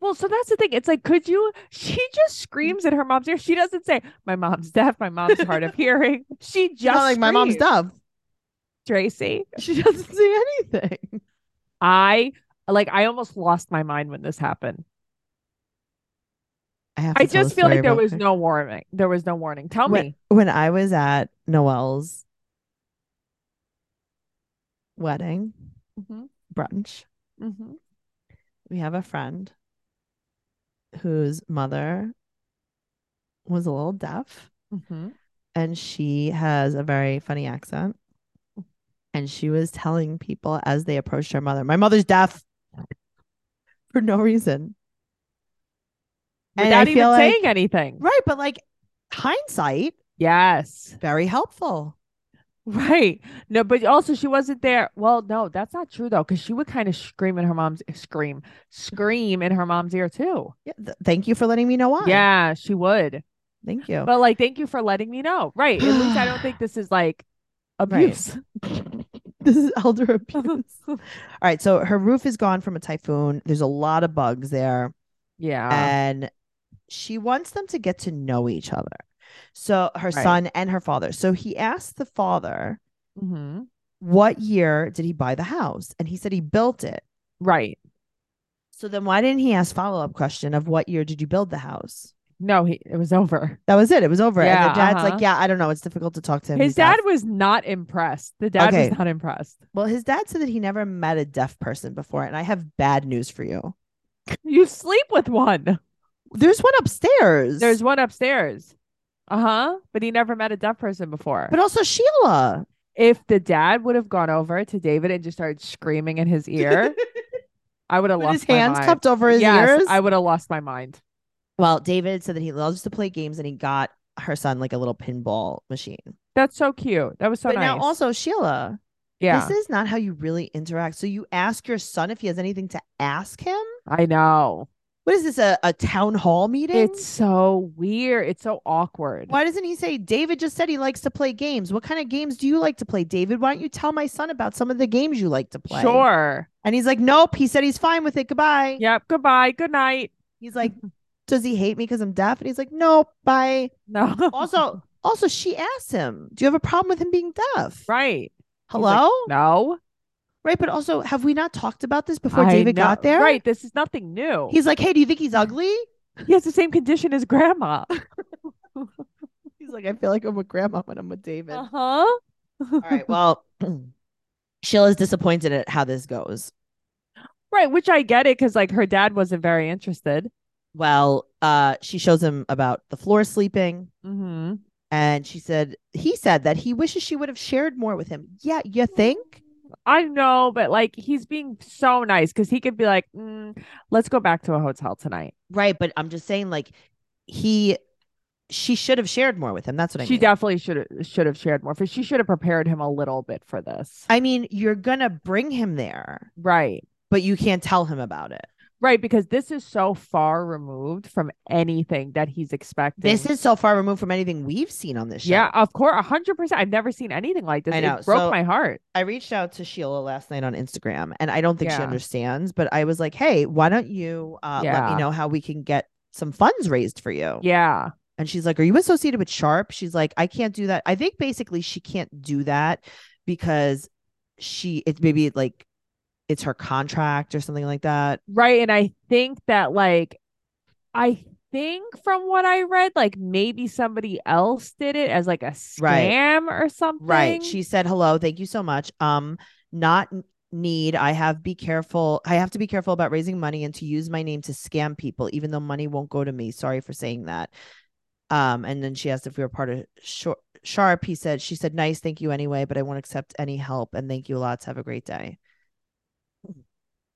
S2: Well, so that's the thing. It's like, could you? [laughs] She just screams at her mom's ear. She doesn't say, "My mom's deaf. My mom's hard
S1: [laughs]
S2: of hearing." She just
S1: She's not like my mom's
S2: screams,
S1: deaf. [laughs]
S2: Tracy.
S1: She doesn't say anything.
S2: I like. I almost lost my mind when this happened.
S1: I, have to
S2: I
S1: tell
S2: just
S1: the
S2: feel like
S1: story
S2: there
S1: real
S2: was
S1: quick.
S2: no warning. There was no warning. Tell
S1: When-
S2: me.
S1: when I was at Noelle's wedding brunch.
S2: Mm-hmm.
S1: We have a friend whose mother was a little deaf.
S2: Mm-hmm.
S1: and she has a very funny accent. And she was telling people as they approached her mother, "My mother's deaf for no reason." And I
S2: Without even
S1: feel like-
S2: saying anything.
S1: Right, but like hindsight,
S2: Yes.
S1: very helpful.
S2: Right. No, but also she wasn't there. Well, no, that's not true though, because she would kind of scream in her mom's eh, scream, scream in her mom's ear too.
S1: Yeah, th- thank you for letting me know why.
S2: Yeah, she would.
S1: thank you. [laughs]
S2: But like, thank you for letting me know. Right. At least I don't think this is like abuse.
S1: this is elder abuse.
S2: [laughs]
S1: All right, so her roof is gone from a typhoon. There's a lot of bugs there.
S2: Yeah.
S1: and she wants them to get to know each other. So her
S2: Right.
S1: son and her father. So he asked the father,
S2: hmm
S1: "What year did he buy the house?" And he said he built it.
S2: Right.
S1: So then why didn't he ask follow-up question of what year did you build the house?
S2: No, he it was over.
S1: That was it. It was over. and
S2: Yeah,
S1: the dad's
S2: uh-huh.
S1: like, yeah, I don't know. It's difficult to talk to him.
S2: His
S1: He's deaf."
S2: dad was not impressed. The dad
S1: Okay.
S2: was not impressed.
S1: Well, his dad said that he never met a deaf person before, and I have bad news for you.
S2: You sleep with one.
S1: There's one upstairs.
S2: There's one upstairs. Uh huh. But he never met a deaf person before.
S1: but also Sheila.
S2: if the dad would have gone over to David and just started screaming in his ear,
S1: [laughs]
S2: I would have
S1: With
S2: lost
S1: his hands
S2: my mind.
S1: cupped over his
S2: yes,
S1: ears.
S2: I would have lost my mind.
S1: well, David said that he loves to play games, and he got her son like a little pinball machine.
S2: That's so cute. That was so
S1: but
S2: nice.
S1: now also Sheila,
S2: yeah,
S1: this is not how you really interact. So you ask your son if he has anything to ask him.
S2: I know.
S1: What is this a, a town hall meeting?
S2: It's so weird. It's so awkward.
S1: Why doesn't he say David just said he likes to play games? What kind of games do you like to play, David? Why don't you tell my son about some of the games you like to play?
S2: Sure.
S1: And he's like, nope. He said he's fine with it. Goodbye.
S2: Yep. Goodbye. Good night. [laughs]
S1: He's like, does he hate me because I'm deaf? And he's like, nope. Bye.
S2: No. [laughs]
S1: Also, also, she asked him, do you have a problem with him being deaf?
S2: right. He's like,
S1: Hello.
S2: no.
S1: Right. But also, have we not talked about this before
S2: I
S1: David
S2: know-
S1: got there?
S2: Right. This is nothing new.
S1: He's like, hey, do you think he's ugly?
S2: he has the same condition as grandma.
S1: [laughs] He's like, I feel like I'm with grandma when I'm with David.
S2: Uh huh.
S1: All right. Well, [clears throat] Sheila's disappointed at how this goes.
S2: Right. Which I get it because like her dad wasn't very interested.
S1: Well, uh, she shows him about the floor sleeping.
S2: Mm-hmm.
S1: And she said, he said that he wishes she would have shared more with him. Yeah, you
S2: Mm-hmm.
S1: think?
S2: I know, but like he's being so nice because he could be like, "Mm, let's go back to a hotel tonight.
S1: Right. But I'm just saying, like, he, she should have shared more with him. That's what I
S2: she
S1: mean.
S2: definitely should have should have shared more. For she should have prepared him a little bit for this.
S1: I mean, you're going to bring him there,
S2: right.
S1: but you can't tell him about it.
S2: Right, because this is so far removed from anything that he's expecting.
S1: This is so far removed from anything we've seen on this show.
S2: yeah, of course, hundred percent. I've never seen anything like this.
S1: I know,
S2: It broke
S1: so-
S2: my heart.
S1: I reached out to Sheila last night on Instagram, and I don't think she
S2: Yeah.
S1: understands, but I was like, hey, why don't you uh, let
S2: Yeah.
S1: me know how we can get some funds raised for you?
S2: Yeah,
S1: And she's like, Are you associated with Sharp? She's like, I can't do that. I think basically she can't do that because she, it's maybe like it's her contract or something like that.
S2: right. And I think that like, I think from what I read, like maybe somebody else did it as like a
S1: Right.
S2: scam or something.
S1: Right. She said, Hello, thank you so much. Um, not n- need. I have be careful. I have to be careful about raising money and to use my name to scam people, even though money won't go to me. Sorry for saying that. Um, and then she asked if we were part of Shor- Sharp. He said, She said, Nice, thank you anyway, but I won't accept any help. And thank you lots. Have a great day.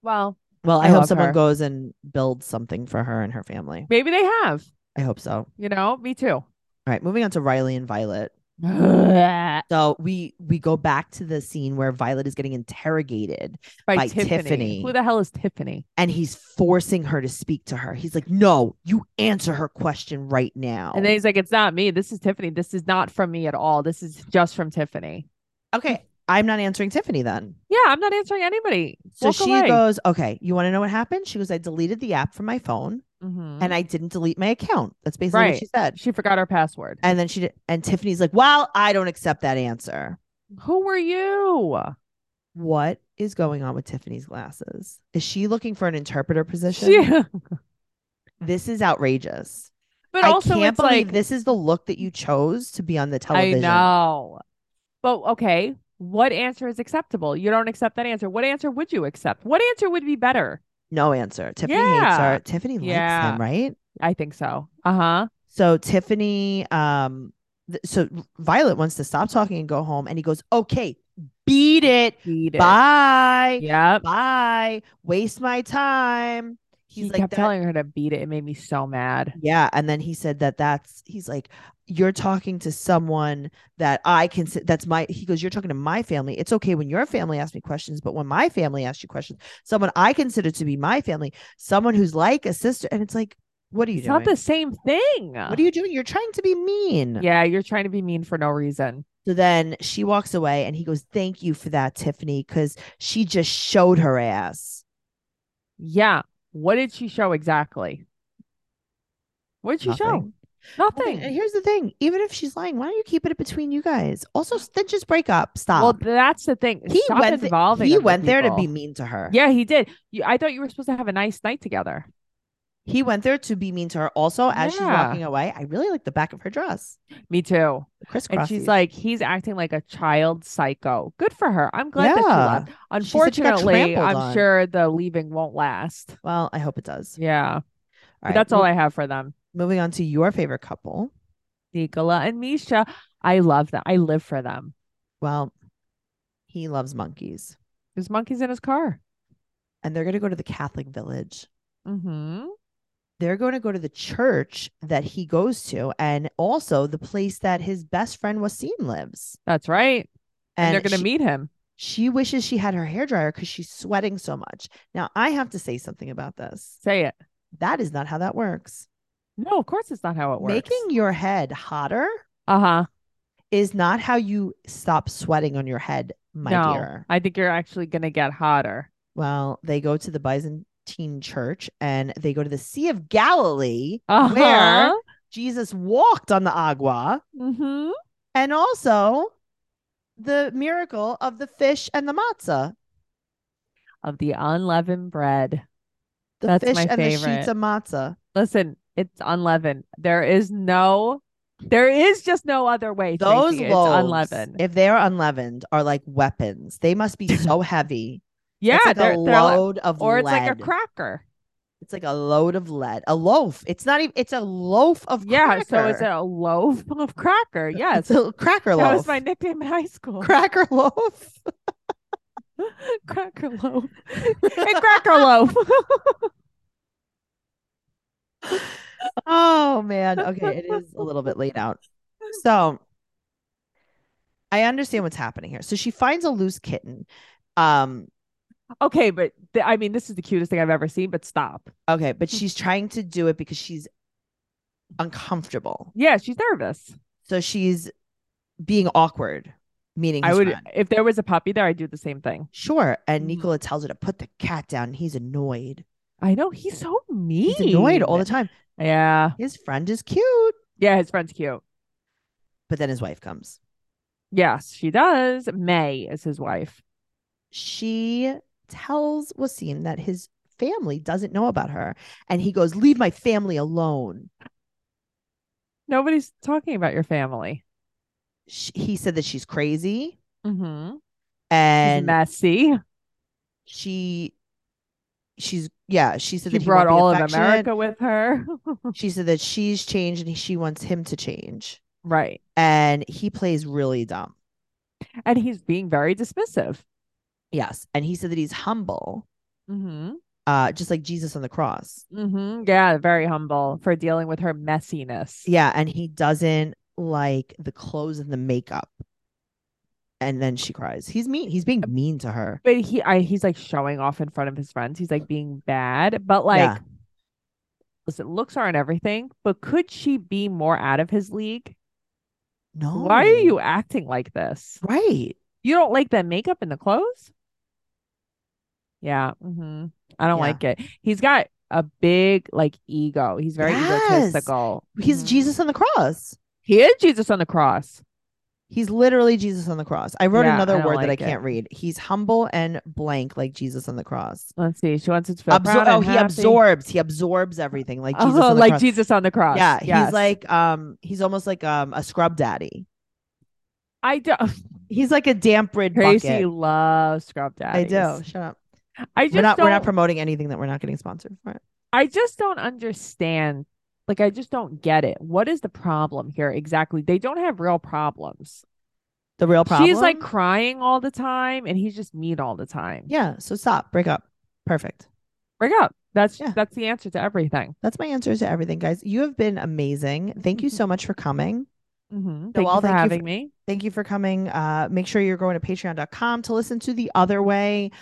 S2: Well,
S1: Well, I,
S2: I
S1: hope
S2: love
S1: someone
S2: her.
S1: goes and builds something for her and her family.
S2: maybe they have.
S1: I hope so. All
S2: You know,
S1: [laughs]
S2: me too.
S1: right, moving on to Riley and Violet.
S2: By,
S1: So we we go back to the scene where Violet is getting interrogated, By Tiffany.
S2: Who the hell is Tiffany?
S1: and he's forcing her to speak to her. He's like, "No, you answer her question right now."
S2: And then he's like, "It's not me. This is Tiffany. This is not from me at all. This is just from Tiffany."
S1: okay, I'm not answering Tiffany then.
S2: Yeah, I'm not answering anybody.
S1: So
S2: Walk
S1: she
S2: away.
S1: goes, "Okay, you want to know what happened?" She goes, "I deleted the app from my phone,
S2: Mhm.
S1: and I didn't delete my account." That's basically what
S2: Right.
S1: she said.
S2: she forgot her password.
S1: And then she did, and Tiffany's like, "Well, I don't accept that answer."
S2: Who were you?
S1: what is going on with Tiffany's glasses? Is she looking for an interpreter
S2: [laughs]
S1: position?
S2: She,
S1: This is outrageous.
S2: but
S1: I
S2: also,
S1: can't
S2: it's
S1: believe
S2: like
S1: this is the look that you chose to be on the
S2: I
S1: television.
S2: know. But okay, what answer is acceptable? You don't accept that answer. What answer would you accept? What answer would be better?
S1: No answer. Tiffany hates
S2: Yeah.
S1: her. Tiffany likes
S2: Yeah.
S1: him, right?
S2: I think so. Uh huh.
S1: So Tiffany, um, th- so Violet wants to stop talking and go home, and he goes, "Okay, beat it. Bye,
S2: Yep.
S1: bye. Waste my time." He's
S2: he
S1: like,
S2: kept
S1: "That
S2: telling her to beat it. It made me so mad.
S1: Yeah, and then he said that that's he's like you're talking to someone that I can sit- that's my he goes you're talking to my family. It's okay when your family asks me questions, but when my family asks you questions, someone I consider to be my family, someone who's like a sister and it's like what are you
S2: It's
S1: doing?
S2: not the same thing.
S1: what are you doing? You're trying to be mean.
S2: Yeah, you're trying to be mean for no reason.
S1: So then she walks away and he goes, "Thank you for that, Tiffany, cuz she just showed her ass."
S2: Yeah. What did she show exactly? What did she
S1: Nothing.
S2: show? Nothing.
S1: And here's the thing, even if she's lying, why don't you keep it between you guys? Also, then just break up. Stop.
S2: Well, that's the thing.
S1: he
S2: Stop
S1: went, th-
S2: involving
S1: he
S2: other
S1: went there to be
S2: people.
S1: mean to her.
S2: Yeah, he did. You, I thought you were supposed to have a nice night together.
S1: He went there to be mean to her. Also, as she's
S2: Yeah.
S1: walking away, I really like the back of her dress.
S2: Me too.
S1: The crisscross.
S2: And she's like, he's acting like a child psycho. Good for her. I'm glad that she
S1: Yeah. She said
S2: left.
S1: she got
S2: Unfortunately,
S1: trampled
S2: I'm
S1: on.
S2: sure the leaving won't last.
S1: well, I hope it does.
S2: Yeah.
S1: All
S2: But
S1: right,
S2: that's all
S1: mo-
S2: I have for them.
S1: Moving on to your favorite couple.
S2: Nicola and Misha. I love them. I live for them.
S1: Well, he loves monkeys,
S2: There's monkeys in his car.
S1: and they're going to go to the Catholic village.
S2: Mm-hmm.
S1: They're going to go to the church that he goes to, and also the place that his best friend Wasim lives.
S2: That's right. And, they're
S1: she-
S2: going to meet him.
S1: She wishes she had her hair dryer because she's sweating so much. Now, I have to say something about this.
S2: Say it.
S1: That is not how that works.
S2: No, of course it's not how it works.
S1: Making your head hotter
S2: Uh huh.
S1: is not how you stop sweating on your head, my
S2: no,
S1: dear.
S2: I think you're actually going to get hotter.
S1: Well, they go to the Byzantine church and they go to the Sea of Galilee
S2: Uh-huh.
S1: where Jesus walked on the agua
S2: Mm-hmm.
S1: and also the miracle of the fish and the matzah.
S2: Of the unleavened bread.
S1: The
S2: That's
S1: fish
S2: my
S1: and the sheets
S2: favorite.
S1: of matzah.
S2: Listen, it's unleavened. There is no, there is just no other way.
S1: Those
S2: Tracy.
S1: loaves,
S2: it's unleavened.
S1: if they are unleavened, are like weapons. They must
S2: [laughs]
S1: be so heavy.
S2: yeah,
S1: it's like
S2: they're,
S1: a
S2: they're all-
S1: load of
S2: or it's like a
S1: lead.
S2: cracker.
S1: It's like a load of lead. A loaf. It's not even. It's a loaf of
S2: Yeah,
S1: Cracker.
S2: so it's a loaf [laughs] of cracker.
S1: It's
S2: Yes,
S1: a cracker
S2: that
S1: [laughs]
S2: was
S1: loaf.
S2: my nickname in high school.
S1: cracker loaf.
S2: [laughs] cracker
S1: [laughs]
S2: loaf. hey, cracker loaf. [laughs]
S1: Oh [laughs] man. Okay, it is a little bit laid out. So I understand what's happening here. So she finds a loose kitten. Um.
S2: okay, but th- I mean, this is the cutest thing I've ever seen. But stop.
S1: Okay, but she's trying to do it because she's uncomfortable.
S2: Yeah, she's nervous.
S1: So she's being awkward. Meaning,
S2: I
S1: his
S2: would,
S1: friend.
S2: if there was a puppy there, I'd do the same thing.
S1: Sure. And
S2: Mhm.
S1: Nicola tells her to put the cat down. He's annoyed.
S2: I know he's so mean.
S1: He's annoyed all the time.
S2: Yeah,
S1: His friend is cute.
S2: yeah, his friend's cute.
S1: But then his wife comes.
S2: Yes, she does. May is his wife.
S1: She tells Wasim that his family doesn't know about her. And he goes, Leave my family alone.
S2: Nobody's talking about your family.
S1: Sh he said that she's crazy
S2: Mm-hmm.
S1: and
S2: messy.
S1: she, she's, yeah, she said
S2: She
S1: that he
S2: brought
S1: won't be
S2: all of
S1: affectionate.
S2: America with her. [laughs]
S1: She said that she's changed and she wants him to change.
S2: right.
S1: And he plays really dumb.
S2: and he's being very dismissive.
S1: Yes. And he said that he's humble.
S2: Mm-hmm.
S1: uh, just like Jesus on the cross.
S2: Mm-hmm. Yeah, very humble for dealing with her messiness.
S1: Yeah, and he doesn't like the clothes and the makeup. And then she cries. He's mean. He's being mean to her.
S2: But he, I, he's like showing off in front of his friends. He's like being bad, but like,
S1: Yeah.
S2: listen, looks aren't everything. But could she be more out of his league?
S1: No.
S2: Why are you acting like this?
S1: right?
S2: You don't like that makeup and the clothes? Yeah. Mm-hmm. I don't
S1: Yeah.
S2: like it. He's got a big like ego. He's very
S1: Yes.
S2: egotistical.
S1: He's
S2: Mhm.
S1: Jesus on the cross.
S2: He is Jesus on the cross.
S1: He's literally Jesus on the cross. I wrote
S2: Yeah, I
S1: another
S2: don't
S1: word that I
S2: like it.
S1: can't read. He's humble and blank, like Jesus on the cross.
S2: Let's see. She wants it to feel
S1: Absor-
S2: proud
S1: oh,
S2: and
S1: he
S2: happy.
S1: absorbs. He absorbs everything, like Jesus.
S2: oh,
S1: on the
S2: like
S1: cross.
S2: Jesus on the cross.
S1: Yeah,
S2: Yes.
S1: he's like um, he's almost like um a scrub daddy.
S2: I do. [laughs]
S1: He's like a damp rid
S2: Tracy
S1: bucket.
S2: loves scrub daddies.
S1: I do. Shut up.
S2: I just
S1: we're not
S2: don't.
S1: we're not promoting anything that we're not getting sponsored for.
S2: I just don't understand. Like I just don't get it. What is the problem here exactly? They don't have real problems.
S1: The real problem.
S2: She's like crying all the time, and he's just mean all the time.
S1: yeah. So stop. Break up. Perfect.
S2: break up. That's
S1: Yeah.
S2: that's the answer to everything.
S1: That's my answer to everything, guys. You have been amazing. Thank you so much for coming.
S2: Mm-hmm. Thank
S1: Noelle,
S2: you for
S1: thank you
S2: having
S1: for-
S2: me.
S1: Thank you for coming. Uh, make sure you're going to patreon.com to listen to The Other Way,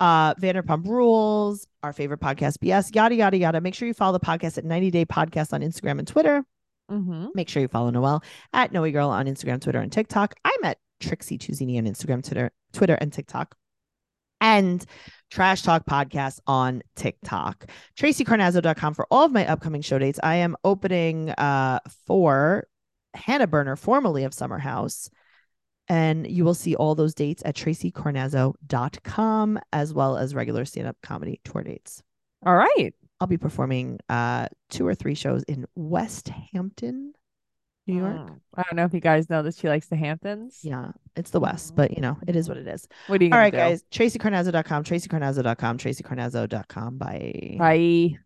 S1: uh, Vanderpump Rules, our favorite podcast, BS, yada, yada, yada. Make sure you follow the podcast at 90 Day Podcast on Instagram and Twitter.
S2: Mm-hmm.
S1: Make sure you follow Noelle at Noe Girl on Instagram, Twitter, and TikTok. I'm at Trixie Tuzini on Instagram, Twitter, Twitter, and TikTok. And Trash Talk Podcast on TikTok. TracyCarnazzo.com for all of my upcoming show dates. I am opening uh, for Hannah Burner, formerly of Summer House. And you will see all those dates at TracyCarnazzo.com as well as regular stand up comedy tour dates.
S2: All right.
S1: I'll be performing uh, two or three shows in West Hampton, New York.
S2: Mm. I don't know if you guys know that she likes the Hamptons.
S1: Yeah, it's the West, but you know, it is what it is.
S2: What are you
S1: All
S2: gonna
S1: right,
S2: do?
S1: guys. TracyCarnazzo.com, TracyCarnazzo.com, TracyCarnazzo.com. Bye.
S2: Bye.